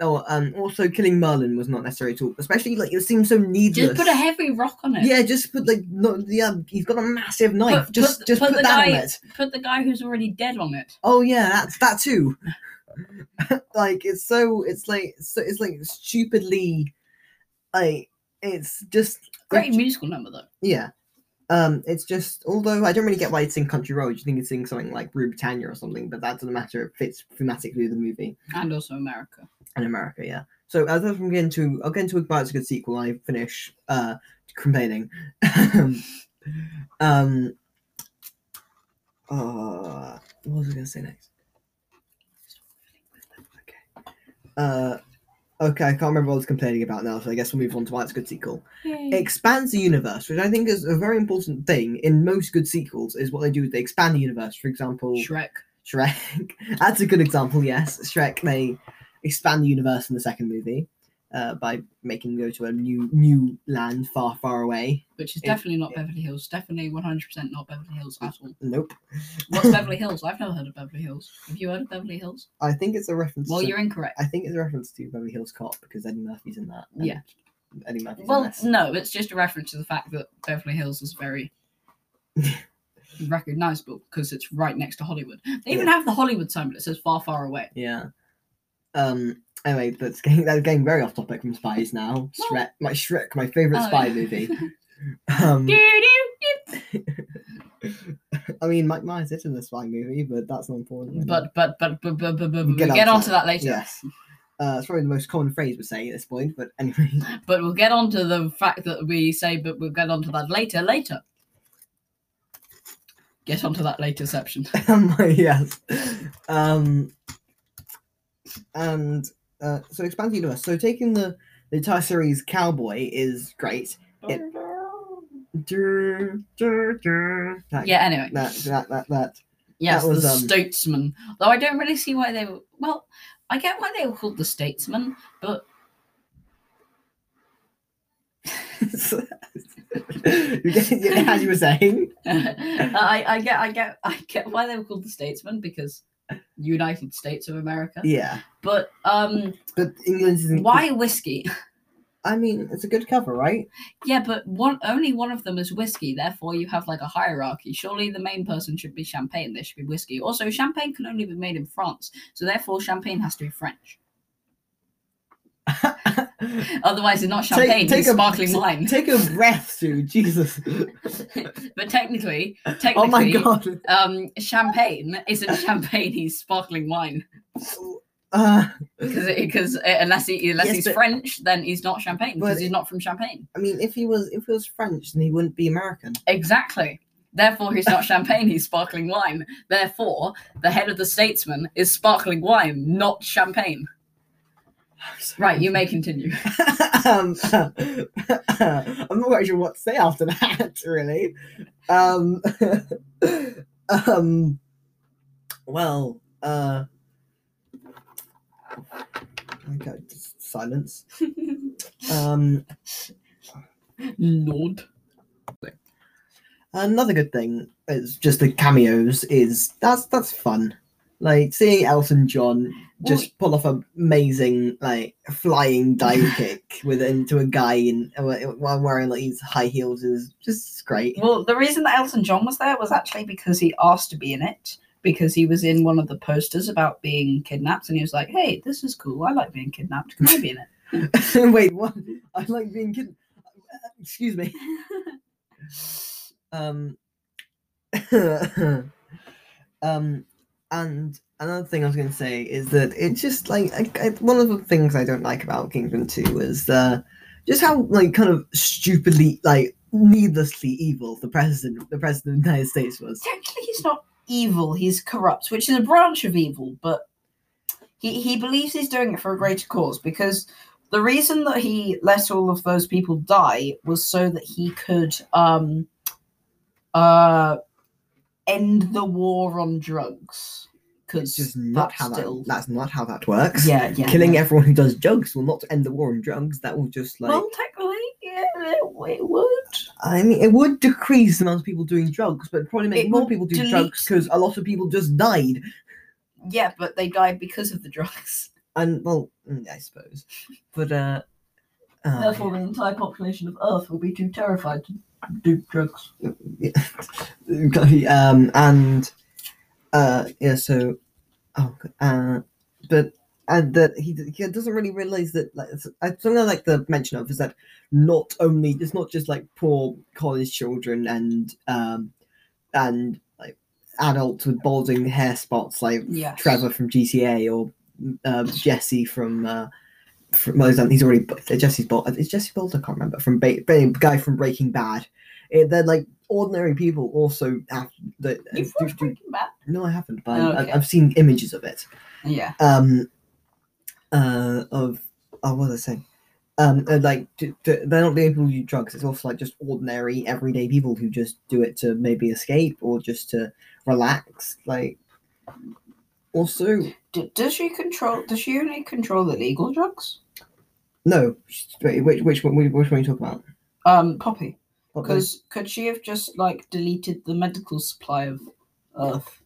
[SPEAKER 1] Oh, um. Also, killing Merlin was not necessary at all. Especially like it seemed so needless.
[SPEAKER 2] Just put a heavy rock on it.
[SPEAKER 1] Yeah, just put like not, yeah. He's got a massive knife.
[SPEAKER 2] Put-
[SPEAKER 1] just,
[SPEAKER 2] put-
[SPEAKER 1] just
[SPEAKER 2] put
[SPEAKER 1] put,
[SPEAKER 2] the
[SPEAKER 1] that on
[SPEAKER 2] guy-
[SPEAKER 1] it.
[SPEAKER 2] Put the guy who's already dead on it.
[SPEAKER 1] Oh yeah, that's that too. like it's so, it's like, so it's like stupidly, like it's just
[SPEAKER 2] Great musical number though.
[SPEAKER 1] Yeah. Um, it's just although I don't really get why it's in Country Road, you think it's in something like Rubitania or something, but that doesn't matter, it fits thematically with the movie
[SPEAKER 2] and also America.
[SPEAKER 1] in America, yeah. So as I'm getting to I'll get into why it's a good sequel when I finish uh complaining. um uh, what was I gonna say next? Okay. Uh okay, I can't remember what I was complaining about now, so I guess we'll move on to why it's a good sequel
[SPEAKER 2] Mm.
[SPEAKER 1] expands the universe, which I think is a very important thing in most good sequels, is what they do. They expand the universe. For example,
[SPEAKER 2] Shrek.
[SPEAKER 1] Shrek. That's a good example, yes. Shrek, they expand the universe in the second movie uh, by making them go to a new new land far, far away.
[SPEAKER 2] Which is
[SPEAKER 1] It-
[SPEAKER 2] definitely not Beverly Hills. Definitely 100% not Beverly Hills at all.
[SPEAKER 1] Nope.
[SPEAKER 2] What's Beverly Hills? I've never heard of Beverly Hills. Have you heard of Beverly Hills?
[SPEAKER 1] I think it's a reference
[SPEAKER 2] Well,
[SPEAKER 1] to.
[SPEAKER 2] you're incorrect.
[SPEAKER 1] I think it's a reference to Beverly Hills Cop because Eddie Murphy's in that. and
[SPEAKER 2] Yeah.
[SPEAKER 1] Eddie Murphy's in
[SPEAKER 2] Well,
[SPEAKER 1] this.
[SPEAKER 2] no, it's just a reference to the fact that Beverly Hills is very recognizable because it's right next to Hollywood. They even have the Hollywood sign, but it says far, far away.
[SPEAKER 1] Yeah. Um. Anyway, that's getting that's getting very off topic from spies now.
[SPEAKER 2] Well-
[SPEAKER 1] Shrek, my Shrek, my favorite
[SPEAKER 2] Oh,
[SPEAKER 1] spy
[SPEAKER 2] yeah.
[SPEAKER 1] movie. Um,
[SPEAKER 2] Doo-doo.
[SPEAKER 1] I mean, Mike Myers is in the spy movie, but that's not important. really.
[SPEAKER 2] But, but, but, but, but, but, but, but
[SPEAKER 1] Get
[SPEAKER 2] we'll get
[SPEAKER 1] on to
[SPEAKER 2] on to that later.
[SPEAKER 1] yes, uh, it's probably the most common phrase we're saying at this point. But anyway,
[SPEAKER 2] But we'll get on to the fact that we say, but we'll get on to that later, later. Get on to that later section.
[SPEAKER 1] Um, yes. Um, and uh, so expand the universe. So taking the the entire series Cowboy is great. It, that,
[SPEAKER 2] Yeah, anyway.
[SPEAKER 1] That that that that.
[SPEAKER 2] Yes,
[SPEAKER 1] was,
[SPEAKER 2] the
[SPEAKER 1] um,
[SPEAKER 2] Statesman. Though I don't really see why they were. Well, I get why they were called the Statesman, but
[SPEAKER 1] you get, you get as you were saying.
[SPEAKER 2] I, I get, I get, I get why they were called the Statesman because United States of America.
[SPEAKER 1] Yeah,
[SPEAKER 2] But um,
[SPEAKER 1] but England isn't.
[SPEAKER 2] why whiskey?
[SPEAKER 1] I mean, it's a good cover, right?
[SPEAKER 2] Yeah, but one only one of them is whiskey. Therefore, you have like a hierarchy. Surely the main person should be champagne. There should be whiskey. Also, champagne can only be made in France, so therefore champagne has to be French. Otherwise, it's not champagne. it's sparkling
[SPEAKER 1] a,
[SPEAKER 2] wine.
[SPEAKER 1] Take a breath, Sue. Jesus.
[SPEAKER 2] but technically, technically,
[SPEAKER 1] oh my god.
[SPEAKER 2] um, champagne isn't champagne. He's sparkling wine
[SPEAKER 1] Uh,
[SPEAKER 2] because eh, unless he unless
[SPEAKER 1] Yes,
[SPEAKER 2] he's
[SPEAKER 1] but-
[SPEAKER 2] French, then he's not champagne because
[SPEAKER 1] But-
[SPEAKER 2] he's not from Champagne.
[SPEAKER 1] I mean, if he was if he was French, then he wouldn't be American.
[SPEAKER 2] Exactly. Therefore, he's not champagne, he's sparkling wine. Therefore, the head of the statesman is sparkling wine, not champagne. Right, you may continue.
[SPEAKER 1] um, I'm not quite sure what to say after that, really. Um, um, well, uh, okay, just silence. Um,
[SPEAKER 2] Lord.
[SPEAKER 1] another good thing is just the cameos is that's that's fun. Like seeing Elton John just pull off an amazing like flying dive kick with into a guy in while wearing like these high heels is just great.
[SPEAKER 3] Well, the reason that Elton John was there was actually because he asked to be in it because he was in one of the posters about being kidnapped, and he was like, "Hey, this is cool. I like being kidnapped. Can I be in it?"
[SPEAKER 1] Wait, what? I like being kid. Excuse me. Um. um. And another thing I was going to say is that it's just like I, I, one of the things I don't like about Kingdom Two is uh, just how like kind of stupidly like needlessly evil the president the president of the United States was.
[SPEAKER 3] Technically, he's not evil. He's corrupt, which is a branch of evil, but he he believes he's doing it for a greater cause because the reason that he let all of those people die was so that he could um uh end the war on drugs because
[SPEAKER 1] It's just not how
[SPEAKER 3] still
[SPEAKER 1] that, that's not how that works.
[SPEAKER 3] yeah yeah
[SPEAKER 1] Killing everyone who does drugs will not end the war on drugs. That will just like
[SPEAKER 3] well, technically, yeah, it, it would.
[SPEAKER 1] I mean, it would decrease the amount of people doing drugs, but it'd probably make
[SPEAKER 3] It
[SPEAKER 1] more
[SPEAKER 3] will
[SPEAKER 1] people do
[SPEAKER 3] delete-
[SPEAKER 1] drugs because a lot of people just died.
[SPEAKER 3] Yeah, but they died because of the drugs.
[SPEAKER 1] And well, mm, I suppose, but uh, uh,
[SPEAKER 3] Therefore, the entire population of Earth will be too terrified to do drugs.
[SPEAKER 1] um, and uh, yeah, so oh, g- uh, but and that he, d- he doesn't really realize that like it's- I- something I like the mention of is that not only it's not just like poor college children and um and like adults with balding hair spots like
[SPEAKER 3] Yeah.
[SPEAKER 1] Trevor from GTA or uh, Jesse from. Uh, from, well, he's, he's already uh, Jesse's Bolt. It's Jesse Bolt. I can't remember from ba- ba- guy from Breaking Bad. Uh, they're like ordinary people. Also, have, that uh,
[SPEAKER 3] You've
[SPEAKER 1] do-
[SPEAKER 3] watched
[SPEAKER 1] do-
[SPEAKER 3] Breaking Bad?
[SPEAKER 1] no, I haven't, but
[SPEAKER 3] Oh,
[SPEAKER 1] I-
[SPEAKER 3] okay.
[SPEAKER 1] I've seen images of it.
[SPEAKER 3] Yeah.
[SPEAKER 1] Um, uh, of oh, what was I saying? Um, uh, like d- d- they're not the only people who do drugs. It's also like just ordinary, everyday people who just do it to maybe escape or just to relax. Like also,
[SPEAKER 3] D- does she control? Does she only control the legal drugs?
[SPEAKER 1] No, sh- wait, which which one? Which one are you talking about?
[SPEAKER 3] Um, Poppy.
[SPEAKER 1] What the-
[SPEAKER 3] Because could she have just like deleted the medical supply of Earth?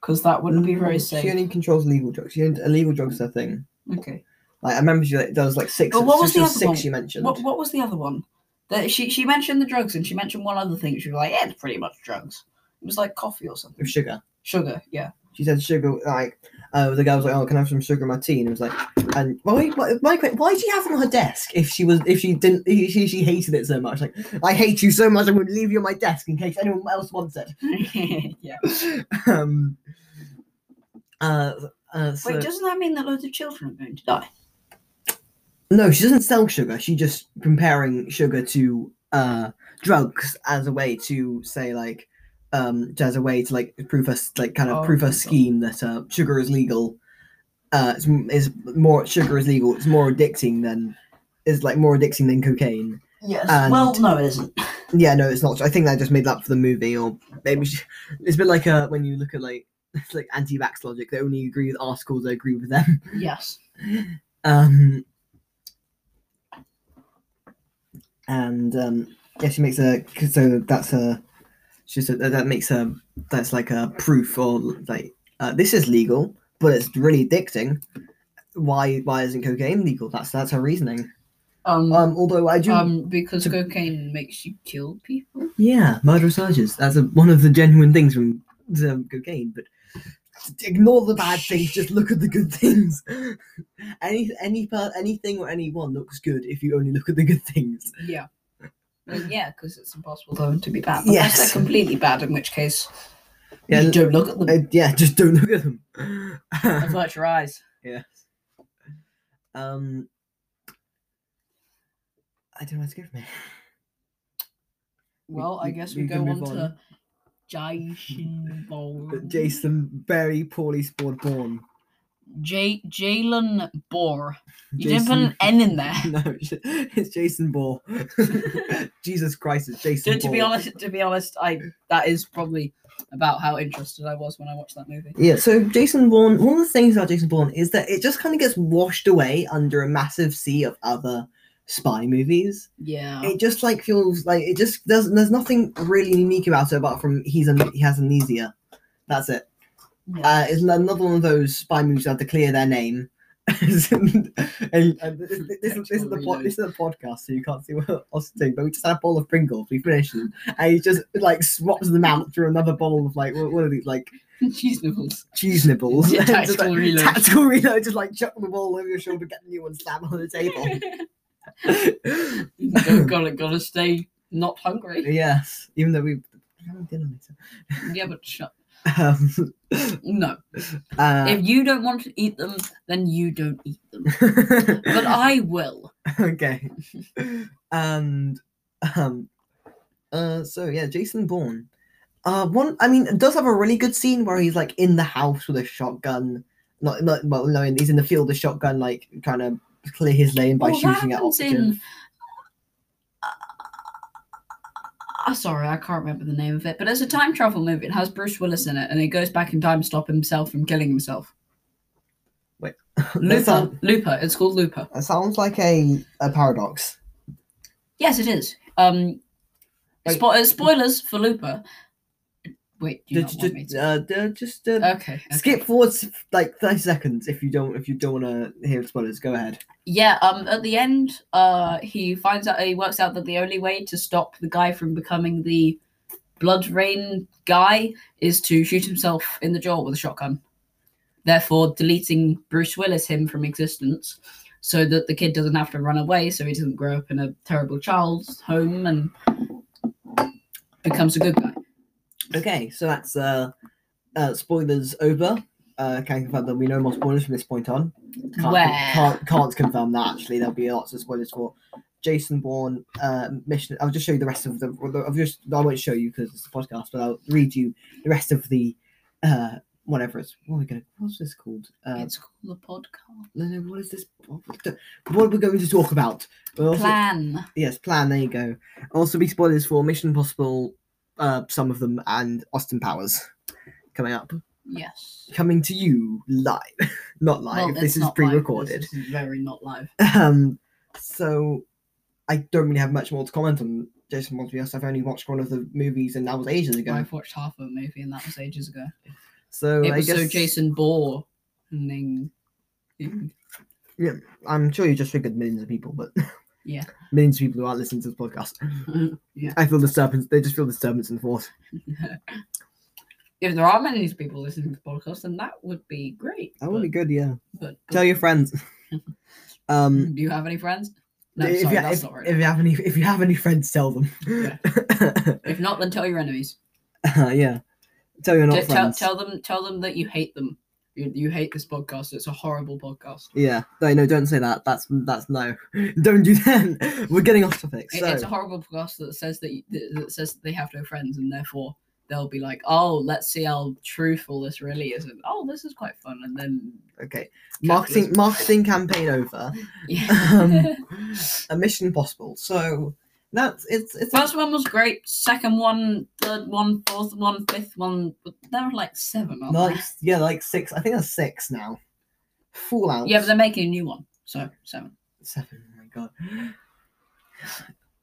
[SPEAKER 3] Because that wouldn't
[SPEAKER 2] Mm-hmm.
[SPEAKER 3] be
[SPEAKER 1] No,
[SPEAKER 3] very
[SPEAKER 1] Mm, She
[SPEAKER 3] safe.
[SPEAKER 1] only controls legal drugs. She only, illegal drugs are a thing.
[SPEAKER 3] Okay.
[SPEAKER 1] Like I remember, she like, there was like six.
[SPEAKER 3] But what was
[SPEAKER 1] there
[SPEAKER 3] the
[SPEAKER 1] six
[SPEAKER 3] other one?
[SPEAKER 1] she mentioned?
[SPEAKER 3] What What was the other one? That she she mentioned the drugs and she mentioned one other thing. She was like, yeah, it's pretty much drugs. It was like coffee or something.
[SPEAKER 1] With sugar.
[SPEAKER 3] Sugar, yeah.
[SPEAKER 1] She said sugar. Like uh, the guy was like, "Oh, can I have some sugar in my tea?" And it was like, "And well, wait, why, why, why did she have it on her desk if she was if she didn't if she she hated it so much? Like I hate you so much, I'm going to leave you on my desk in case anyone else wants it."
[SPEAKER 3] yeah.
[SPEAKER 1] um. Uh. uh so,
[SPEAKER 3] Wait, doesn't that mean that loads of children are going to die?
[SPEAKER 1] No, she doesn't sell sugar. She just comparing sugar to uh, drugs as a way to say like um, as a way to like prove us like kind of
[SPEAKER 3] Oh,
[SPEAKER 1] prove her
[SPEAKER 3] okay.
[SPEAKER 1] scheme that uh, sugar is legal. Uh, it's, m- is more sugar is legal. It's more addicting than is like more addicting than cocaine.
[SPEAKER 3] Yes.
[SPEAKER 1] And-
[SPEAKER 3] well, no, it isn't.
[SPEAKER 1] Yeah, no, it's not. I think they just made that up for the movie, or maybe she, it's a bit like uh, when you look at like it's like anti-vax logic. They only agree with articles that agree with them.
[SPEAKER 3] Yes.
[SPEAKER 1] Um, and um, yeah, she makes a 'cause so that's a she said that that makes a that's like a proof or like uh, this is legal, but it's really addicting. Why why isn't cocaine legal? That's that's her reasoning.
[SPEAKER 2] Um,
[SPEAKER 1] Um, although I do,
[SPEAKER 2] um, because cocaine makes you kill people.
[SPEAKER 1] yeah, murderous urges. That's a, one of the genuine things from um, cocaine. But ignore the bad things. Just look at the good things. any any per, anything or anyone looks good if you only look at the good things.
[SPEAKER 2] Yeah. Well, yeah, because it's impossible for them to be bad. Unless
[SPEAKER 1] Yes.
[SPEAKER 2] they're completely bad, in which case
[SPEAKER 1] Yeah,
[SPEAKER 2] you don't look at them.
[SPEAKER 1] uh, yeah. Just don't look at them.
[SPEAKER 2] Avert your eyes.
[SPEAKER 1] Yes. Um, I don't know what's good for me. We-
[SPEAKER 2] Well, I
[SPEAKER 1] we-
[SPEAKER 2] guess we,
[SPEAKER 1] we
[SPEAKER 2] go
[SPEAKER 1] can
[SPEAKER 2] on,
[SPEAKER 1] move
[SPEAKER 2] to Jason Bourne.
[SPEAKER 1] Jason very poorly scored born.
[SPEAKER 2] J- Jalen Bourne. You didn't put an N in there.
[SPEAKER 1] No, it's Jason Bourne. Jesus Christ, it's Jason.
[SPEAKER 2] to, to be
[SPEAKER 1] Bourne.
[SPEAKER 2] honest, to be honest, I that is probably about how interested I was when I watched that movie.
[SPEAKER 1] Yeah, so Jason Bourne, one of the things about Jason Bourne is that it just kind of gets washed away under a massive sea of other spy movies.
[SPEAKER 2] Yeah.
[SPEAKER 1] It just like feels like it just there's there's nothing really unique about it apart from he's am- he has amnesia. That's it.
[SPEAKER 2] Yeah.
[SPEAKER 1] Uh, it's another one of those spy movies that have to clear their name. and, and this, this, this, is the po- this is a podcast, so you can't see what us doing. But we just had a bowl of Pringles. We finished, them, and he just like swaps them out through another bowl of like what, what are these like
[SPEAKER 2] Cheese nipples.
[SPEAKER 1] cheese nibbles?
[SPEAKER 2] Yeah,
[SPEAKER 1] Just, like,
[SPEAKER 2] tactical reload.
[SPEAKER 1] Tactical reload. Just like chuck the ball over your shoulder, get the new one, slam on the table.
[SPEAKER 2] gotta, gotta, gotta stay not hungry.
[SPEAKER 1] yes, even though we haven't dinner later.
[SPEAKER 2] Yeah, but shut.
[SPEAKER 1] Um,
[SPEAKER 2] No.
[SPEAKER 1] uh,
[SPEAKER 2] If you don't want to eat them, then you don't eat them. But I will.
[SPEAKER 1] okay. and um uh so yeah, Jason Bourne. Uh one I mean it does have a really good scene where he's like in the house with a shotgun. Not, not well no he's in the field with a shotgun like trying to clear his lane by
[SPEAKER 2] Well, that
[SPEAKER 1] shooting at
[SPEAKER 2] happens
[SPEAKER 1] oxygen.
[SPEAKER 2] in- Ah, sorry, I can't remember the name of it, but it's a time travel movie. It has Bruce Willis in it, and he goes back in time to stop himself from killing himself.
[SPEAKER 1] that,
[SPEAKER 2] Looper,
[SPEAKER 1] sound-
[SPEAKER 2] Looper. It's called Looper.
[SPEAKER 1] that sounds like a, a paradox.
[SPEAKER 2] Yes, it is. Um,
[SPEAKER 1] Wait.
[SPEAKER 2] spo- uh, spoilers for Looper. Wait, do
[SPEAKER 1] Ju-
[SPEAKER 2] you not
[SPEAKER 1] ju-
[SPEAKER 2] want me to?
[SPEAKER 1] uh, ju- just uh,
[SPEAKER 2] okay, okay.
[SPEAKER 1] skip forward s- like 30 seconds if you don't if you don't wanna hear spoilers, go ahead.
[SPEAKER 2] Yeah. Um. At the end, uh, he finds out he works out that the only way to stop the guy from becoming the blood rain guy is to shoot himself in the jaw with a shotgun. Therefore, deleting Bruce Willis him from existence, so that the kid doesn't have to run away, so he doesn't grow up in a terrible child's home and becomes a good guy.
[SPEAKER 1] Okay, so that's uh, uh spoilers over. Uh, can confirm that we know more spoilers from this point on. Can't,
[SPEAKER 2] Well.
[SPEAKER 1] can't, can't confirm that actually. There'll be lots of spoilers for Jason Bourne. Uh, mission. I'll just show you the rest of the. well, I'll just. I won't show you because it's a podcast, but I'll read you the rest of the. Uh, whatever it's. What are we gonna? What's this called? Uh,
[SPEAKER 2] it's called the podcast
[SPEAKER 1] no, no, what is this? What are we going to talk about? We'll also-
[SPEAKER 2] plan.
[SPEAKER 1] Yes, plan. There you go. Also, be spoilers for Mission Impossible, uh, some of them, and Austin Powers coming up,
[SPEAKER 2] Yes.
[SPEAKER 1] coming to you live, not live.
[SPEAKER 2] Well,
[SPEAKER 1] this
[SPEAKER 2] it's
[SPEAKER 1] is
[SPEAKER 2] not live.
[SPEAKER 1] pre-recorded.
[SPEAKER 2] This is very not live.
[SPEAKER 1] Um, so I don't really have much more to comment on Jason Bourne. To be honest, I've only watched one of the movies, and that was ages ago.
[SPEAKER 2] I've watched half of a movie, and that was ages ago.
[SPEAKER 1] So
[SPEAKER 2] it
[SPEAKER 1] I
[SPEAKER 2] was
[SPEAKER 1] guess
[SPEAKER 2] so Jason Bourne. Ning. Ning.
[SPEAKER 1] I'm sure you just figured millions of people, but
[SPEAKER 2] Yeah.
[SPEAKER 1] millions of people who aren't listening to this podcast.
[SPEAKER 2] Yeah.
[SPEAKER 1] I feel disturbance. They just feel disturbance in the force.
[SPEAKER 2] If there are many people listening to the podcast, then that would be great.
[SPEAKER 1] That would be
[SPEAKER 2] but-
[SPEAKER 1] good. Yeah,
[SPEAKER 2] But, but
[SPEAKER 1] tell your friends. um.
[SPEAKER 2] do you have any friends? No,
[SPEAKER 1] if,
[SPEAKER 2] sorry,
[SPEAKER 1] you,
[SPEAKER 2] that's
[SPEAKER 1] if,
[SPEAKER 2] not right.
[SPEAKER 1] if
[SPEAKER 2] If,
[SPEAKER 1] you have any, if you have any friends, tell them.
[SPEAKER 2] Yeah. not, then tell your enemies.
[SPEAKER 1] Uh, yeah. Tell your not
[SPEAKER 2] Just tell,
[SPEAKER 1] friends.
[SPEAKER 2] tell them, tell them that you hate them. You, you hate this podcast. It's a horrible podcast.
[SPEAKER 1] Yeah. No, no, don't say that. That's that's no. Don't do that. We're getting off topic.
[SPEAKER 2] It-
[SPEAKER 1] So
[SPEAKER 2] It's a horrible podcast that says that, that that says that they have no friends and therefore they'll be like, oh, let's see how truthful this really is. And, oh, this is quite fun. And then
[SPEAKER 1] okay, marketing
[SPEAKER 2] capitalism.
[SPEAKER 1] marketing campaign over. Um,
[SPEAKER 2] Yeah.
[SPEAKER 1] A mission impossible. So that's it's it's
[SPEAKER 2] First one was great. Second one, third one, fourth one, fifth one. But there were like seven. Aren't
[SPEAKER 1] like yeah like six. I think that's six now.
[SPEAKER 2] there?
[SPEAKER 1] Fallout.
[SPEAKER 2] Yeah, but they're making a new one. So seven.
[SPEAKER 1] Seven. Oh my god.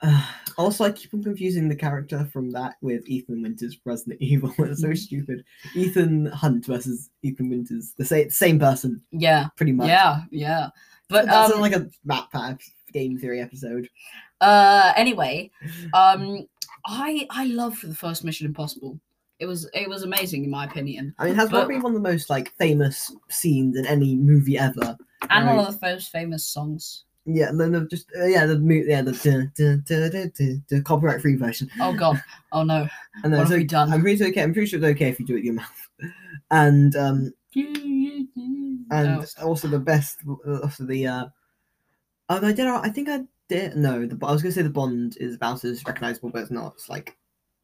[SPEAKER 1] Uh, also, I keep on confusing the character from that with Ethan Winters from Resident Evil. It's
[SPEAKER 2] Mm-hmm.
[SPEAKER 1] so stupid. Ethan Hunt versus Ethan Winters. The same same person,
[SPEAKER 2] Yeah,
[SPEAKER 1] pretty much.
[SPEAKER 2] yeah, yeah. But
[SPEAKER 1] that's
[SPEAKER 2] um,
[SPEAKER 1] like a map pack game theory episode.
[SPEAKER 2] Uh, anyway, um, I I loved the first Mission Impossible. It was it was amazing in my opinion,
[SPEAKER 1] I mean, it has
[SPEAKER 2] But-
[SPEAKER 1] probably one of the most like famous scenes in any movie ever.
[SPEAKER 2] and one
[SPEAKER 1] Right.
[SPEAKER 2] of the most famous songs.
[SPEAKER 1] Yeah, and then the, just uh, yeah, the mo- yeah, the copyright free version.
[SPEAKER 2] Oh god, oh no,
[SPEAKER 1] And
[SPEAKER 2] what
[SPEAKER 1] then
[SPEAKER 2] have
[SPEAKER 1] so
[SPEAKER 2] we done?
[SPEAKER 1] I'm pretty sure okay. I'm pretty sure it's okay if you do it with your mouth. And um and oh,
[SPEAKER 2] No.
[SPEAKER 3] Oh.
[SPEAKER 1] also the best also the uh oh no, I did I think I did no the I was gonna say the Bond is about as recognizable but it's not it's like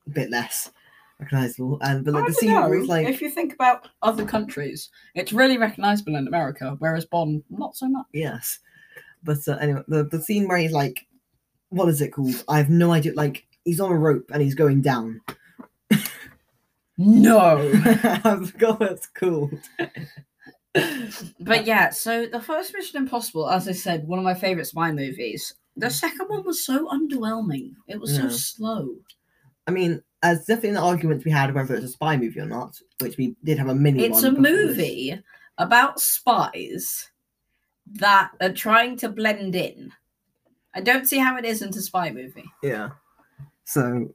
[SPEAKER 1] a bit less recognizable and but
[SPEAKER 3] I
[SPEAKER 1] like the
[SPEAKER 3] don't
[SPEAKER 1] scene where it's
[SPEAKER 3] know.
[SPEAKER 1] like
[SPEAKER 3] if you think about
[SPEAKER 2] other countries, it's really recognizable in America, whereas Bond not so much.
[SPEAKER 1] Yes. But uh, anyway, the, the scene where he's like, what is it called? I have no idea. Like, he's on a rope and he's going down.
[SPEAKER 2] No.
[SPEAKER 1] I oh, forgot what it's called.
[SPEAKER 2] but yeah, so the first Mission Impossible, as I said, one of my favorite spy movies. The second one was so underwhelming. It was
[SPEAKER 1] Yeah.
[SPEAKER 2] so slow.
[SPEAKER 1] I mean, there's definitely an argument to be had whether it's a spy movie or not, which we did have a mini
[SPEAKER 2] It's
[SPEAKER 1] one
[SPEAKER 2] a
[SPEAKER 1] before this.
[SPEAKER 2] movie about spies that are trying to blend in. I don't see how it isn't a spy movie.
[SPEAKER 1] Yeah. So,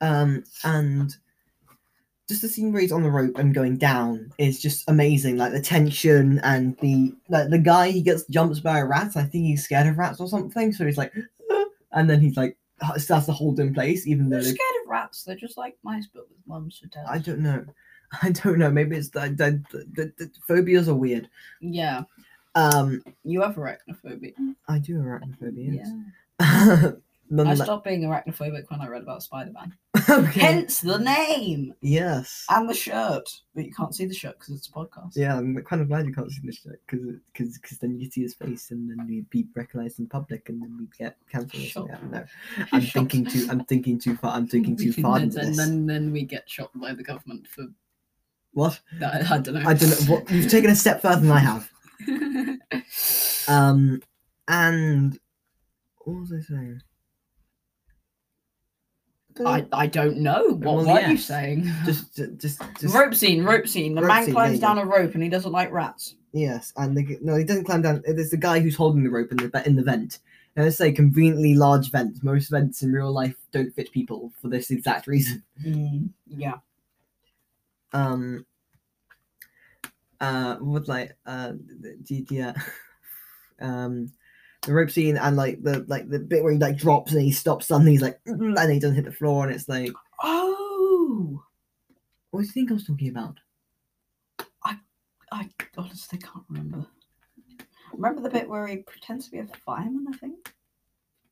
[SPEAKER 1] um, and just the scene where he's on the rope and going down is just amazing. Like the tension and the like the guy he gets jumped by a rat. I think he's scared of rats or something. So he's like, and then he's like h- starts to hold in place, even though
[SPEAKER 2] I'm
[SPEAKER 1] they,
[SPEAKER 2] scared of rats. They're just like mice, but with mums for
[SPEAKER 1] I
[SPEAKER 2] tails.
[SPEAKER 1] don't know. I don't know. Maybe it's the, the, the, the phobias are weird.
[SPEAKER 2] Yeah,
[SPEAKER 1] Um,
[SPEAKER 2] you have arachnophobia.
[SPEAKER 1] I do have arachnophobia.
[SPEAKER 2] Yeah,
[SPEAKER 1] yes. Nonetheless-
[SPEAKER 2] I stopped being arachnophobic when I read about Spider Man.
[SPEAKER 1] okay.
[SPEAKER 2] Hence the name
[SPEAKER 1] yes.
[SPEAKER 2] and the shirt, but you can't see the shirt because it's a podcast.
[SPEAKER 1] Yeah, I'm kind of glad you can't see this shit because because then you could see his face and then we'd be recognised in public and then we'd get cancelled. or
[SPEAKER 2] Shot.
[SPEAKER 1] something, I don't know. I'm thinking too. I'm thinking too far. I'm thinking too far
[SPEAKER 2] and
[SPEAKER 1] into
[SPEAKER 2] then,
[SPEAKER 1] this.
[SPEAKER 2] then, then we get shot by the government for
[SPEAKER 1] What?
[SPEAKER 2] that. I don't know.
[SPEAKER 1] I don't know. What, you've taken a step further than I have. Um, and what was I saying?
[SPEAKER 2] I, I don't know. What
[SPEAKER 1] Well,
[SPEAKER 2] were you
[SPEAKER 1] yes.
[SPEAKER 2] saying?
[SPEAKER 1] just, ju- just, just.
[SPEAKER 2] rope scene, rope scene. The
[SPEAKER 1] Rope
[SPEAKER 2] man
[SPEAKER 1] scene,
[SPEAKER 2] climbs
[SPEAKER 1] there you
[SPEAKER 2] down a rope and he doesn't like rats.
[SPEAKER 1] Yes, and the, no, he doesn't climb down. uh, There's the guy who's holding the rope in the ve- in the vent. And let's say conveniently large vents. Most vents in real life don't fit people for this exact reason. Mm.
[SPEAKER 2] yeah.
[SPEAKER 1] um uh would like uh th- th- yeah um the rope scene and like the like the bit where he like drops and he stops suddenly he's like "Mm," and he doesn't hit the floor and it's like
[SPEAKER 2] Oh,
[SPEAKER 1] what do you think I was talking about?
[SPEAKER 2] I honestly can't remember.
[SPEAKER 3] remember the bit where he pretends to be a fireman, I think?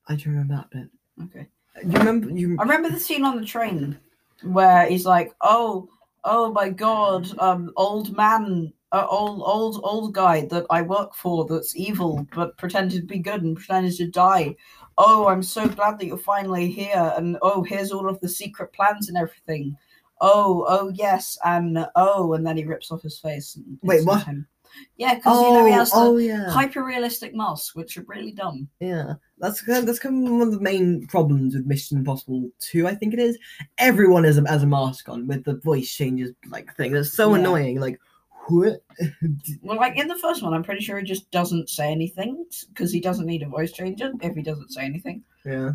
[SPEAKER 1] I don't remember that bit.
[SPEAKER 2] Okay.
[SPEAKER 1] You remember you
[SPEAKER 3] I remember the scene on the train where he's like, "Oh, oh my god, um, old man, uh, old old old guy that I work for that's evil but pretended to be good and pretended to die. Oh, I'm so glad that you're finally here, and oh, here's all of the secret plans and everything. Oh, oh yes, and oh, and then he rips off his face. And
[SPEAKER 1] Wait,
[SPEAKER 3] it's not
[SPEAKER 1] what?
[SPEAKER 3] him. Yeah, because
[SPEAKER 1] Oh,
[SPEAKER 3] you know he has the
[SPEAKER 1] oh yeah.
[SPEAKER 3] hyper realistic masks, which are really dumb.
[SPEAKER 1] Yeah. That's kind of, that's kind of one of the main problems with Mission Impossible 2, I think it is. Everyone is a, has a mask on with the voice changes like thing. That's so
[SPEAKER 3] Yeah.
[SPEAKER 1] annoying. Like what?
[SPEAKER 3] Well, like in the first one, I'm pretty sure he just doesn't say anything because he doesn't need a voice changer if he doesn't say anything,
[SPEAKER 1] yeah.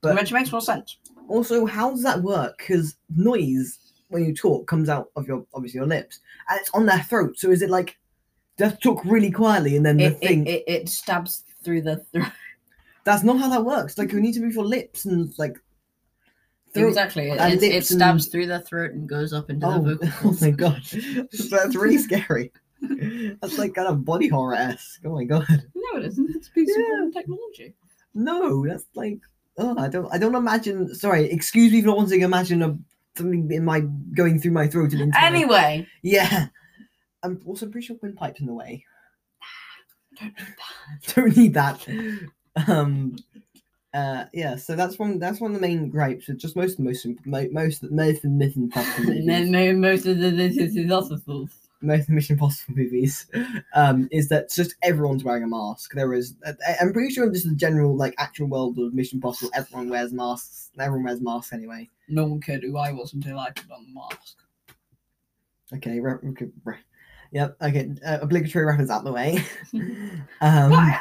[SPEAKER 1] But-
[SPEAKER 3] which makes more sense.
[SPEAKER 1] Also, how does that work? Because noise when you talk comes out of your obviously your lips, and it's on their throat. So is it like just talk really quietly and then the
[SPEAKER 2] It,
[SPEAKER 1] thing?
[SPEAKER 2] it, it, it stabs through the throat.
[SPEAKER 1] that's not how that works. Like you need to move your lips and like throat.
[SPEAKER 2] Exactly. It,
[SPEAKER 1] and
[SPEAKER 2] it, it
[SPEAKER 1] lips and-
[SPEAKER 2] stabs through the throat and goes up into the
[SPEAKER 1] Oh,
[SPEAKER 2] vocal
[SPEAKER 1] oh
[SPEAKER 2] cords.
[SPEAKER 1] my god, that's really scary. That's like kind of body horror esque. Oh my god,
[SPEAKER 2] No, it isn't. It's a piece
[SPEAKER 1] Yeah.
[SPEAKER 2] of modern technology.
[SPEAKER 1] no, that's like oh, I don't, I don't imagine. Sorry, excuse me for not wanting to imagine a, something in my going through my throat and into my-
[SPEAKER 2] Anyway,
[SPEAKER 1] Yeah. I'm also pretty sure windpipe's in the way. Don't need that. Um uh yeah, so that's one that's one of the main gripes with just most most mo- most most of the Mission Impossible movies.
[SPEAKER 2] mo- most of the this is impossible.
[SPEAKER 1] most of the Mission Impossible movies um is that just everyone's wearing a mask. There is I- I'm pretty sure in just the general like actual world of Mission Impossible everyone wears masks. Everyone wears masks anyway.
[SPEAKER 2] No one cared who I was until I put on the mask.
[SPEAKER 1] Okay, re- okay, re- Yep. Okay. Uh, obligatory reference out the way. um,
[SPEAKER 3] But I,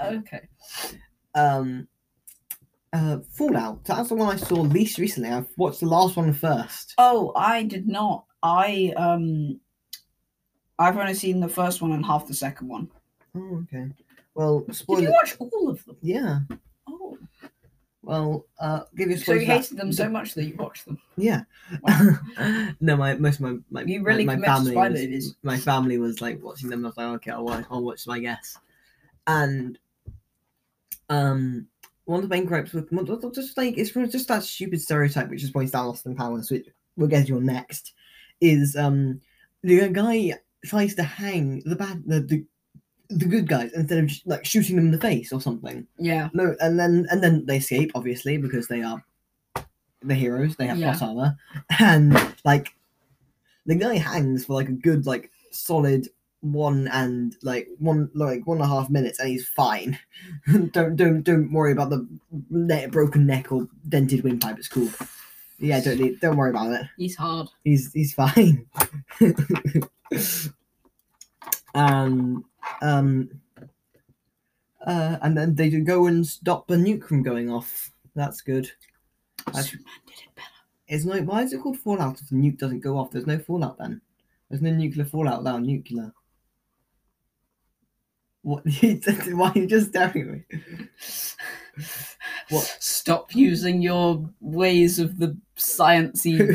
[SPEAKER 3] I-
[SPEAKER 2] Okay.
[SPEAKER 1] Um, uh, Fallout. That's the one I saw least recently. I've watched the last one first.
[SPEAKER 3] Oh, I did not. I um, I've only seen the first one and half the second one.
[SPEAKER 1] Oh, okay. Well,
[SPEAKER 2] Did
[SPEAKER 1] spoiler.
[SPEAKER 2] you watch all of them?
[SPEAKER 1] yeah.
[SPEAKER 2] Oh,
[SPEAKER 1] Well, uh, give you a
[SPEAKER 2] so
[SPEAKER 1] spoiler.
[SPEAKER 2] you
[SPEAKER 1] for that.
[SPEAKER 2] hated them so much that you watched them.
[SPEAKER 1] Yeah. no, my most of my my,
[SPEAKER 2] You really
[SPEAKER 1] my, my family
[SPEAKER 2] commit to spy
[SPEAKER 1] was,
[SPEAKER 2] movies.
[SPEAKER 1] my family was like watching them. I was like, okay, I'll watch, I'll watch them, I guess. And um, one of the main gripes with well, just- just like it's really just that stupid stereotype which is pointed out in Austin Powers, which we'll get to next, is um the guy tries to hang the bad the, the the good guys instead of just, like shooting them in the face or something.
[SPEAKER 2] Yeah.
[SPEAKER 1] No, and then and then they escape obviously because they are the heroes. They have
[SPEAKER 2] Yeah.
[SPEAKER 1] plot armor, and like the guy hangs for like a good like solid one and like one like one and a half minutes, and he's fine. don't don't don't worry about the ne broken neck or dented windpipe. It's cool. Yeah, don't need, don't worry about it.
[SPEAKER 2] He's hard.
[SPEAKER 1] He's he's fine. and um uh and then they do go and stop the nuke from going off. That's good. I-
[SPEAKER 2] Superman did it better.
[SPEAKER 1] It's not why is it called fallout if the nuke doesn't go off? There's no fallout then. There's no nuclear fallout without nuclear. What why are you just staring at me? What-
[SPEAKER 2] Stop using your ways of the
[SPEAKER 1] Who,
[SPEAKER 2] sciencey.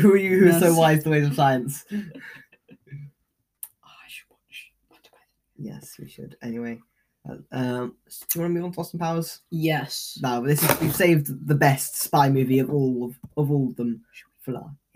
[SPEAKER 1] who are you who's so
[SPEAKER 2] Mm, Yes.
[SPEAKER 1] wise to ways of science?
[SPEAKER 2] I should watch. Wonder Woman.
[SPEAKER 1] Yes, we should. Anyway. uh, Um, do you want to move on to Austin Powers?
[SPEAKER 2] Yes.
[SPEAKER 1] No, but this is we've saved the best spy movie of all of, of all of them for last.